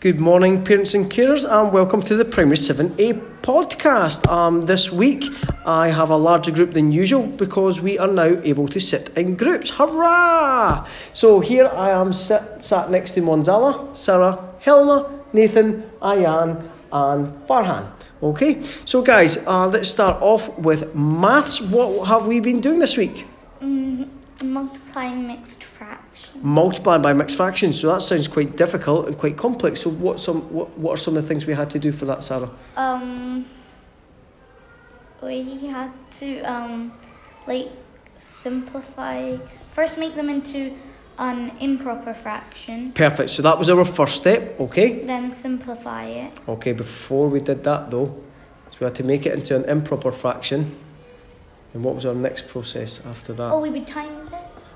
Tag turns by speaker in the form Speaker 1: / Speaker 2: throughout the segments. Speaker 1: Good morning, parents and carers, and welcome to the Primary 7A podcast. Um, this week, I have a larger group than usual because we are now able to sit in groups. Hurrah! So here I am sit, sat next to Monzala, Sarah, Helena, Nathan, Ayan, and Farhan. Okay, so guys, uh, let's start off with maths. What have we been doing this week?
Speaker 2: Multiplying mixed fractions.
Speaker 1: Multiplying by mixed fractions. So that sounds quite difficult and quite complex. So what some what, what are some of the things we had to do for that, Sarah?
Speaker 2: Um, we had to um, like simplify. First, make them into an improper fraction,
Speaker 1: Perfect. So that was our first step. Okay.
Speaker 2: then simplify it.
Speaker 1: Okay. Before we did that though, so we had to make it into an improper fraction. And what was our next process after that?
Speaker 2: Oh, we would times it.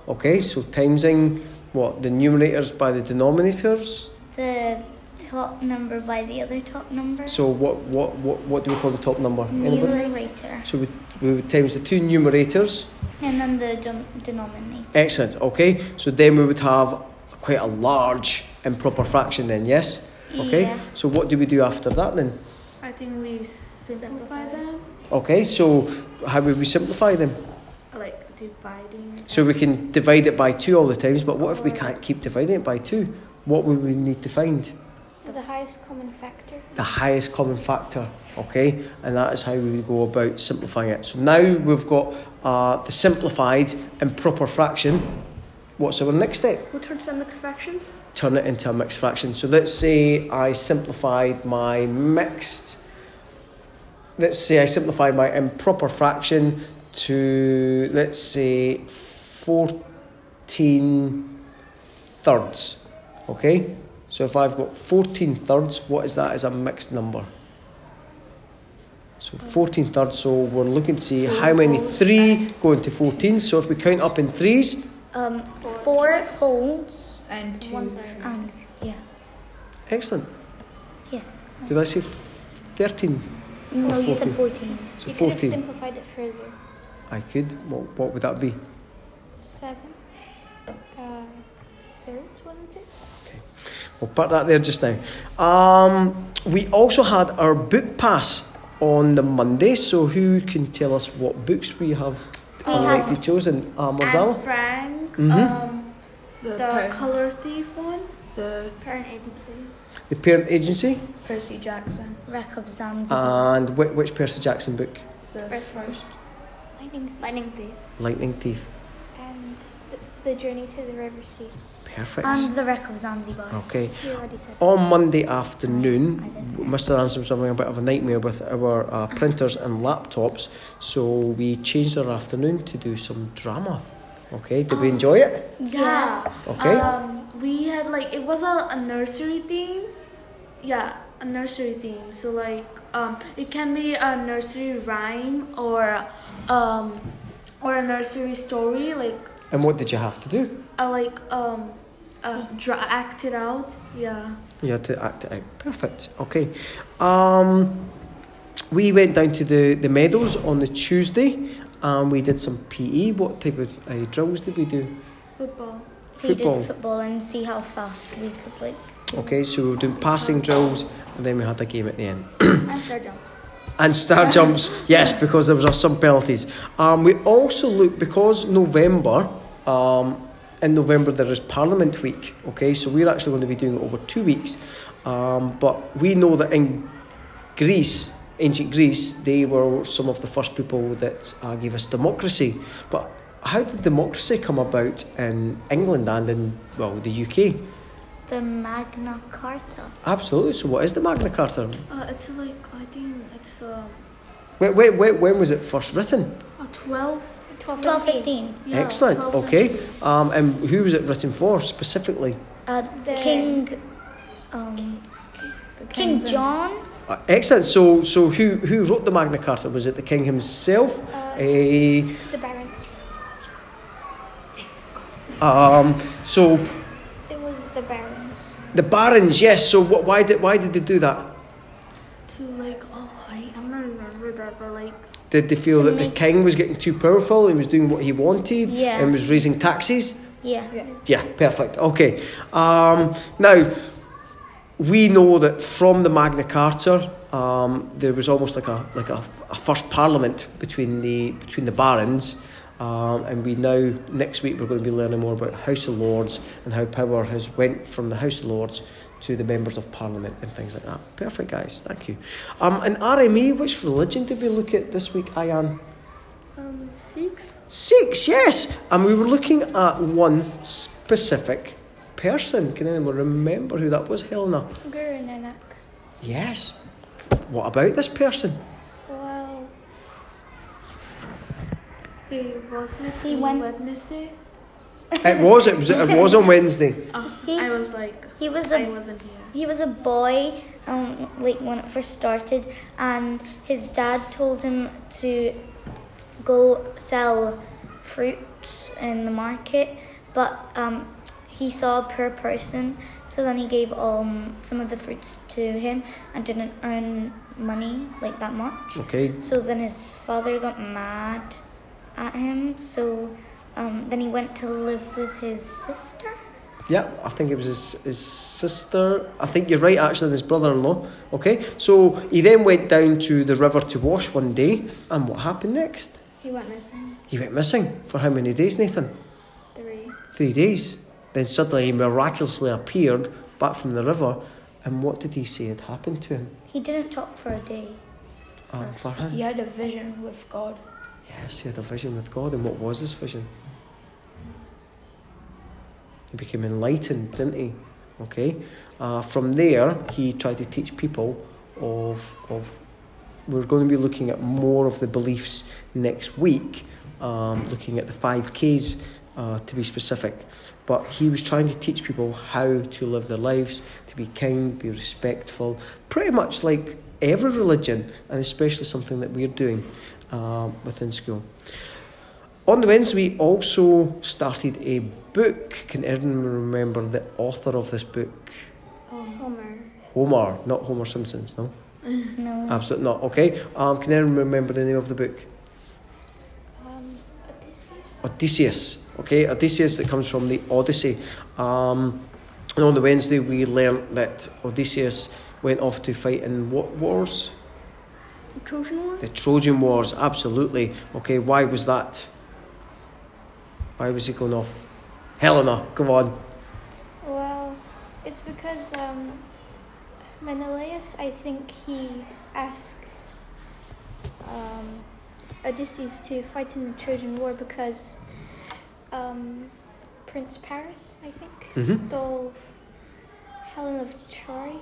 Speaker 1: Okay. So timesing what the numerators by the denominators.
Speaker 2: The top number by the other top number.
Speaker 1: So what what what, what do we call the top number? Anybody?
Speaker 2: Numerator.
Speaker 1: So we we would times the two numerators.
Speaker 2: And then the dom- denominator.
Speaker 1: Excellent. Okay, so then we would have quite a large improper fraction then, yes? Okay.
Speaker 2: Yeah.
Speaker 1: So what do we do after that then?
Speaker 3: I think we simplify them,
Speaker 1: Okay, so how would we simplify them?
Speaker 3: like dividing.
Speaker 1: So we can divide it by two all the times, but what if we can't keep dividing it by two? What would we need to find?
Speaker 4: The highest common factor.
Speaker 1: The highest common factor, okay? And that is how we would go about simplifying it. So now we've got uh, the simplified improper fraction. What's our next step?
Speaker 4: Who turns the mixed fraction?
Speaker 1: turn it into a mixed fraction. So let's say I simplified my mixed, let's say I simplified my improper fraction to, let's say, 14 thirds. Okay? So if I've got 14 thirds, what is that as a mixed number? So 14 thirds, so we're looking to see how many three go into 14. So if we count up in threes,
Speaker 2: Um, four holes
Speaker 3: And
Speaker 4: One third.
Speaker 2: and yeah.
Speaker 1: Excellent.
Speaker 2: Yeah.
Speaker 1: Did I say f- 13?
Speaker 2: No, you said
Speaker 1: 14.
Speaker 2: fourteen.
Speaker 4: You
Speaker 1: So
Speaker 4: could have
Speaker 1: 14.
Speaker 4: simplified it further.
Speaker 1: I could. What, what would that be?
Speaker 4: Seven. Uh, thirds, wasn't it?
Speaker 1: We'll put that there just now. Um, we also had our book pass on the Monday. So who can tell us what books we have
Speaker 2: We
Speaker 1: already
Speaker 2: have-
Speaker 1: chosen? Uh,
Speaker 5: And
Speaker 1: Mandala?
Speaker 5: Frank,
Speaker 1: Mhm.
Speaker 5: um,
Speaker 3: The,
Speaker 5: the color thief one,
Speaker 3: the
Speaker 4: Parent agency.
Speaker 1: The Parent Agency?
Speaker 5: Percy Jackson,
Speaker 2: Wreck of Zanzibar.
Speaker 1: And whi which Percy Jackson book?
Speaker 5: the
Speaker 4: First
Speaker 5: first first.
Speaker 4: Lightning. Lightning thief.
Speaker 1: Lightning Thief.
Speaker 4: And the, the journey to the river sea.
Speaker 1: Perfect.
Speaker 2: and the Wreck of Zanzibar.
Speaker 1: okay.
Speaker 4: You already said.
Speaker 1: On Monday afternoon,
Speaker 2: I didn't.
Speaker 1: we must have answered something a bit of a nightmare with our uh, printers and laptops, so we changed our afternoon to do some drama. Okay, did we enjoy it?
Speaker 5: Yeah.
Speaker 1: Okay,
Speaker 5: Um, we had like it was a, a nursery theme. Yeah, a nursery theme. So like um, it can be a nursery rhyme or um, or a nursery story like
Speaker 1: and what did you have to do?
Speaker 5: uh, like um, uh, dra- acted out. Yeah.
Speaker 1: You had to act it out. Perfect. Okay. Um, we went down to the, the meadows on the Tuesday and we did some PE. What type of uh, drills did we do?
Speaker 5: Football.
Speaker 2: We did football and see how fast we could like.
Speaker 1: Okay, so we were doing passing drills and then we had a game at the end.
Speaker 2: And star jumps.
Speaker 1: And star jumps, yes, because there was some penalties. Um, we also look because November, um, in November there is Parliament Week. Okay, so we're actually going to be doing it over two weeks, um, but we know that in Greece, ancient Greece, they were some of the first people that uh, gave us democracy. But how did democracy come about in England and in well the UK?
Speaker 2: The Magna Carta.
Speaker 1: Absolutely. So what is the Magna Carta?
Speaker 5: Uh, it's like I think it's um,
Speaker 1: Wait, wait, wait, when was it first written?
Speaker 5: a twelve.
Speaker 2: 12, 15.
Speaker 5: Yeah,
Speaker 1: Excellent.
Speaker 5: 12
Speaker 1: Okay.
Speaker 5: century.
Speaker 1: Um, and who was it written for specifically?
Speaker 2: Uh,
Speaker 4: The-
Speaker 2: King. Um, King John.
Speaker 1: Uh, excellent. So, so who who wrote the Magna Carta? Was it the king himself?
Speaker 4: Uh,
Speaker 1: Eh,
Speaker 4: the barons.
Speaker 1: um, so
Speaker 4: It was the barons.
Speaker 1: the barons, yes. So what, why did why did they do that?
Speaker 5: To like, oh, I, I'm not remember that, but like,
Speaker 1: Did they feel
Speaker 2: To
Speaker 1: that the
Speaker 2: make-
Speaker 1: king was getting too powerful and was doing what he wanted
Speaker 2: Yeah.
Speaker 1: and was raising taxes?
Speaker 2: Yeah.
Speaker 1: Yeah, perfect. Okay. Um, now, we know that from the Magna Carta, um, there was almost like a like a, a first parliament between the between the barons, um, and we now next week we're going to be learning more about House of Lords and how power has went from the House of Lords to the members of Parliament and things like that. Perfect, guys. Thank you. Um, and RME, which religion did we look at this week, Ayan?
Speaker 3: Um, six.
Speaker 1: Six, yes. And we were looking at one specific person. Can anyone remember who that was, Helena?
Speaker 4: Guru Nanak.
Speaker 1: Yes. What about this person?
Speaker 4: Wow.
Speaker 5: It wasn't
Speaker 2: He
Speaker 5: on
Speaker 2: went-
Speaker 5: Wednesday. Ah,
Speaker 1: It was. It was. It was on Wednesday.
Speaker 2: He-
Speaker 3: I was like,
Speaker 2: He was
Speaker 3: I
Speaker 2: a
Speaker 3: wasn't here.
Speaker 2: he was a boy, um, like when it first started, and his dad told him to go sell fruits in the market, but um, he saw a poor person, so then he gave um some of the fruits to him and didn't earn money like that much.
Speaker 1: Okay.
Speaker 2: So then his father got mad at him, so um, then he went to live with his sister.
Speaker 1: Yeah, I think it was his, his sister. I think you're right, actually, his brother in law. Okay, so he then went down to the river to wash one day, and what happened next?
Speaker 4: He went missing.
Speaker 1: He went missing for how many days, Nathan?
Speaker 4: Three.
Speaker 1: Three days. Then suddenly he miraculously appeared back from the river, and what did he say had happened to him?
Speaker 2: He didn't talk for a day.
Speaker 1: Um, for him?
Speaker 6: He had a vision with God.
Speaker 1: Yes, he had a vision with God, and what was his vision? He became enlightened, didn't he? Okay. Uh, from there, he tried to teach people of of. We're going to be looking at more of the beliefs next week, um, looking at the five Ks uh, to be specific. But he was trying to teach people how to live their lives, to be kind, be respectful, pretty much like every religion, and especially something that we're doing um, within school. On the Wednesday, we also started a book. Can anyone remember the author of this book?
Speaker 5: Um,
Speaker 4: Homer.
Speaker 1: Homer, not Homer Simpson's, no?
Speaker 2: No.
Speaker 1: Absolutely not, okay. Um, can anyone remember the name of the book?
Speaker 4: Um, Odysseus.
Speaker 1: Odysseus. Okay, Odysseus that comes from the Odyssey. Um, and on the Wednesday we learnt that Odysseus went off to fight in what wars?
Speaker 5: Trojan War?
Speaker 1: The Trojan Wars. Absolutely. Okay, why was that? Why was he going off? Helena, come on.
Speaker 4: Well, it's because um, Menelaus, I think he asked um, Odysseus to fight in the Trojan War because um, Prince Paris, I think,
Speaker 1: Mhm.
Speaker 4: stole Helen of Troy.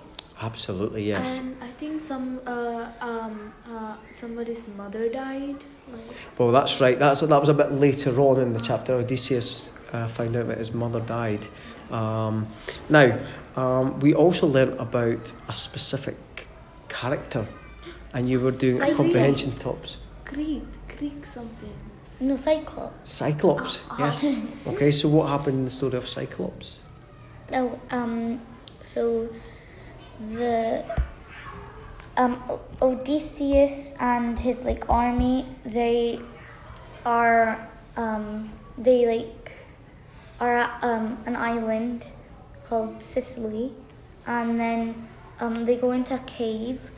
Speaker 1: Absolutely yes.
Speaker 5: And I think some uh, um, uh, somebody's mother died. Like,
Speaker 1: Well, that's right. That's that was a bit later on in the chapter. Odysseus uh, found out that his mother died. Um, now, um, we also learnt about a specific character, and you were doing a
Speaker 5: Cyclops.
Speaker 1: comprehension tops.
Speaker 5: Creek, Creek something.
Speaker 2: No Cyclops.
Speaker 1: Cyclops,
Speaker 5: Ah, ah.
Speaker 1: yes. Okay, so what happened in the story of Cyclops?
Speaker 2: No, um, so the um, O- Odysseus and his like army, they are um, they like are at um, an island called Sicily, and then um, they go into a cave,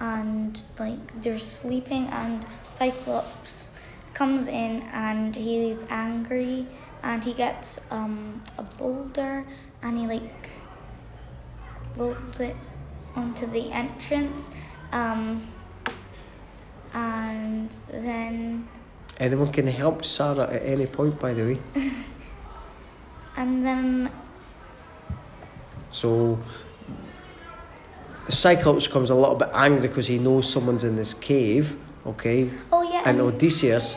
Speaker 2: and like they're sleeping, and Cyclops comes in, and he's angry, and he gets um, a boulder, and he like rolls it onto the entrance, um, and then.
Speaker 1: Anyone can help Sarah at any point, by the way.
Speaker 2: And then
Speaker 1: So Cyclops comes a little bit angry because he knows someone's in this cave. Okay,
Speaker 2: Oh yeah,
Speaker 1: and
Speaker 2: and-
Speaker 1: Odysseus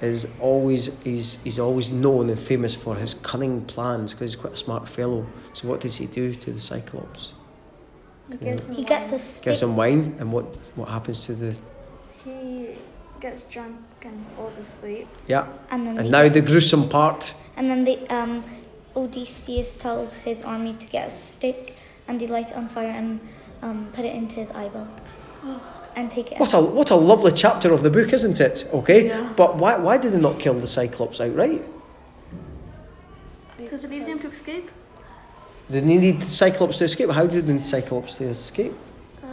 Speaker 1: is always he's, he's always known and famous for his cunning plans because he's quite a smart fellow. So what does he do to the Cyclops?
Speaker 2: he gets a stick.
Speaker 1: Gives him wine, and what what happens to the
Speaker 6: He gets drunk and falls asleep.
Speaker 1: yeah?
Speaker 2: and then
Speaker 1: And
Speaker 2: they-
Speaker 1: now the gruesome part.
Speaker 2: and then the um, Odysseus tells his army to get a stick and he light it on fire and um, put it into his eyeball and take it.
Speaker 1: What
Speaker 2: out.
Speaker 1: a what a lovely chapter of the book, isn't it? Okay,
Speaker 5: Yeah.
Speaker 1: but why why did they not kill the Cyclops outright?
Speaker 3: Because they needed him to escape.
Speaker 1: They needed Cyclops to escape. How did they need Cyclops to escape?
Speaker 4: Uh,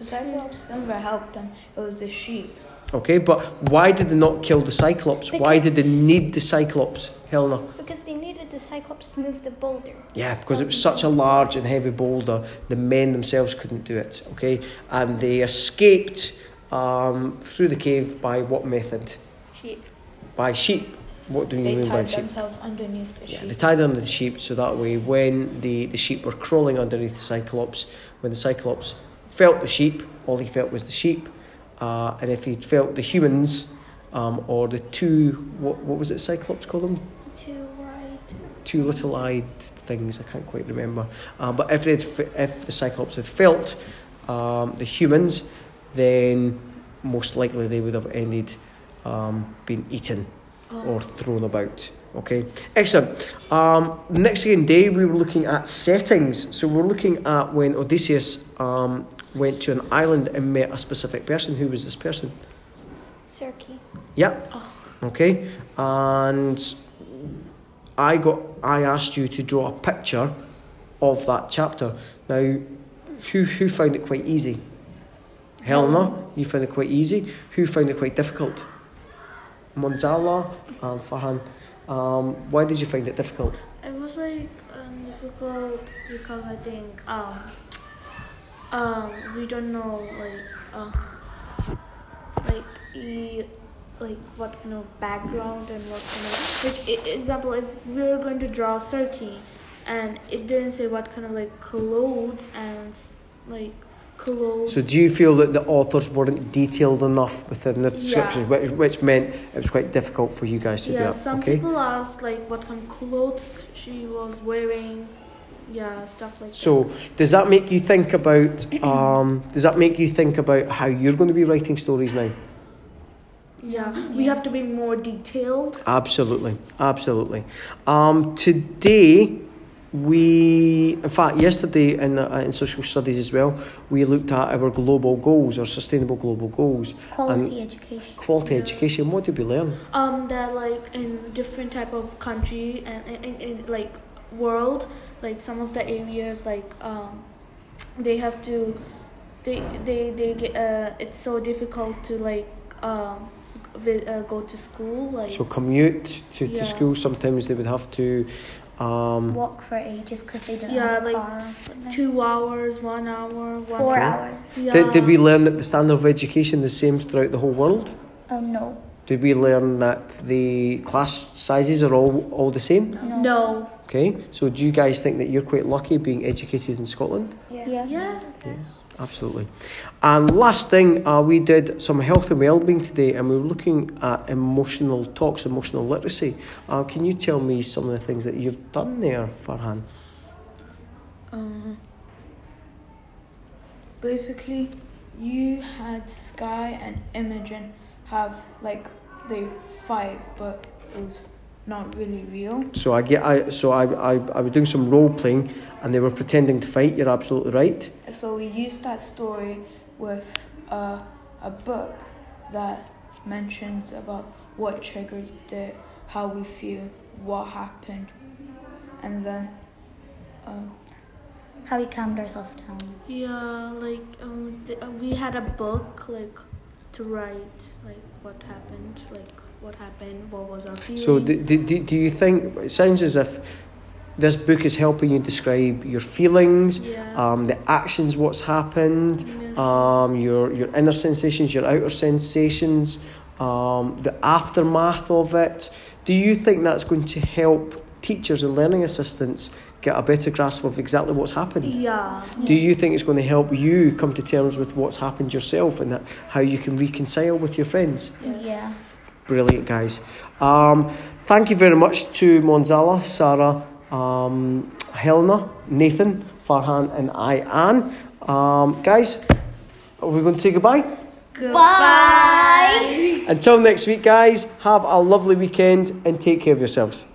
Speaker 7: The Cyclops never helped them. It was the sheep.
Speaker 1: Okay, but why did they not kill the Cyclops? why did they
Speaker 4: Because-
Speaker 1: need the Cyclops, Helena?
Speaker 4: Because they needed the Cyclops to move the boulder.
Speaker 1: Yeah, because it was such a large and heavy boulder, the men themselves couldn't do it. Okay, and they escaped um, through the cave by what method?
Speaker 6: Sheep.
Speaker 1: By sheep. What do you
Speaker 7: They
Speaker 1: mean by
Speaker 7: tied
Speaker 1: sheep?
Speaker 7: themselves underneath the
Speaker 1: Yeah,
Speaker 7: sheep.
Speaker 1: they tied under the sheep so that way when the, the sheep were crawling underneath the Cyclops, when the Cyclops felt the sheep, all he felt was the sheep. Uh, and if he felt the humans um, or the two, what, what was it Cyclops called them?
Speaker 4: Too wide.
Speaker 1: Two little eyed things, I can't quite remember. Uh, but if, they'd, f- if the Cyclops had felt um, the humans, then most likely they would have ended um, being eaten or thrown about. Okay, excellent. Um, next again day we were looking at settings. So we're looking at when Odysseus um, went to an island and met a specific person. Who was this person?
Speaker 4: Circe.
Speaker 1: Yeah. Okay. And I got I asked you to draw a picture of that chapter. Now, who who found it quite easy? Helena, you found it quite easy. Who found it quite difficult? Monzala and Farhan. Um, why did you find it difficult?
Speaker 5: It was like um, difficult because I think um, um, we don't know like uh, like e- like what kind of background and what kind of like e- example if we were going to draw Turkey and it didn't say what kind of like clothes and s- like clothes.
Speaker 1: So, do you feel that the authors weren't detailed enough within the description, which, which meant it was quite difficult for you guys to do
Speaker 5: yeah,
Speaker 1: that?
Speaker 5: some
Speaker 1: okay.
Speaker 5: people asked like what kind of clothes she was wearing. Yeah, stuff like that.
Speaker 1: So does that make you think about? Um, does that make you think about how you're going to be writing stories now?
Speaker 5: Yeah, we have to be more detailed.
Speaker 1: Absolutely, absolutely. Um, today, we, in fact, yesterday in uh, in social studies as well, we looked at our global goals or sustainable global goals,
Speaker 2: Quality
Speaker 1: Um,
Speaker 2: education.
Speaker 1: quality education. What did we learn?
Speaker 5: Um, that like in different type of country and in, in, in like world, like some of the areas like um, they have to, they they they get uh, it's so difficult to like um, vi- uh, go to school like
Speaker 1: So commute to,
Speaker 5: Yeah.
Speaker 1: to school. Sometimes they would have to. Um,
Speaker 2: Walk for ages because they don't
Speaker 5: Yeah,
Speaker 2: have a
Speaker 5: like,
Speaker 2: car. but then-
Speaker 5: two hours, one hour, one
Speaker 2: Four
Speaker 1: Okay.
Speaker 2: hours.
Speaker 5: Yeah.
Speaker 1: did, did we learn that the standard of education is the same throughout the whole world?
Speaker 2: Oh no,
Speaker 1: Did we learn that the class sizes are all, all the same?
Speaker 2: no.
Speaker 5: No.
Speaker 1: Okay, so do you guys think that you're quite lucky being educated in Scotland?
Speaker 2: Yeah.
Speaker 5: Yeah.
Speaker 1: Absolutely. And last thing, uh, we did some health and well-being today, and we were looking at emotional talks, emotional literacy. Uh, can you tell me some of the things that you've done there, Farhan?
Speaker 7: Um, basically, you had Sky and Imogen have like they fight, but it was not really real.
Speaker 1: So I get, I so I, I, I was doing some role playing, and they were pretending to fight. You're absolutely right.
Speaker 7: So we used that story with uh, a book that mentions about what triggered it, how we feel, what happened, and then. Uh,
Speaker 2: How we calmed ourselves down.
Speaker 5: Yeah, like um, th- uh, we had a book like to write like what happened, like what happened, what was our feeling.
Speaker 1: So do, do, do do you think it sounds as if this book is helping you describe your feelings,
Speaker 5: yeah,
Speaker 1: um, the actions, what's happened,
Speaker 5: yes.
Speaker 1: um, your your inner sensations, your outer sensations, um, the aftermath of it. Do you think that's going to help teachers and learning assistants get a better grasp of exactly what's happened?
Speaker 5: yeah,
Speaker 1: Do you think it's going to help you come to terms with what's happened yourself and that, how you can reconcile with your friends?
Speaker 5: yes.
Speaker 1: Brilliant, guys. Um, thank you very much to Monzala, Sarah, um, Helena, Nathan, Farhan, and I, Anne. Um, guys, are we going to say goodbye?
Speaker 2: Bye.
Speaker 1: Until next week, guys, have a lovely weekend and take care of yourselves.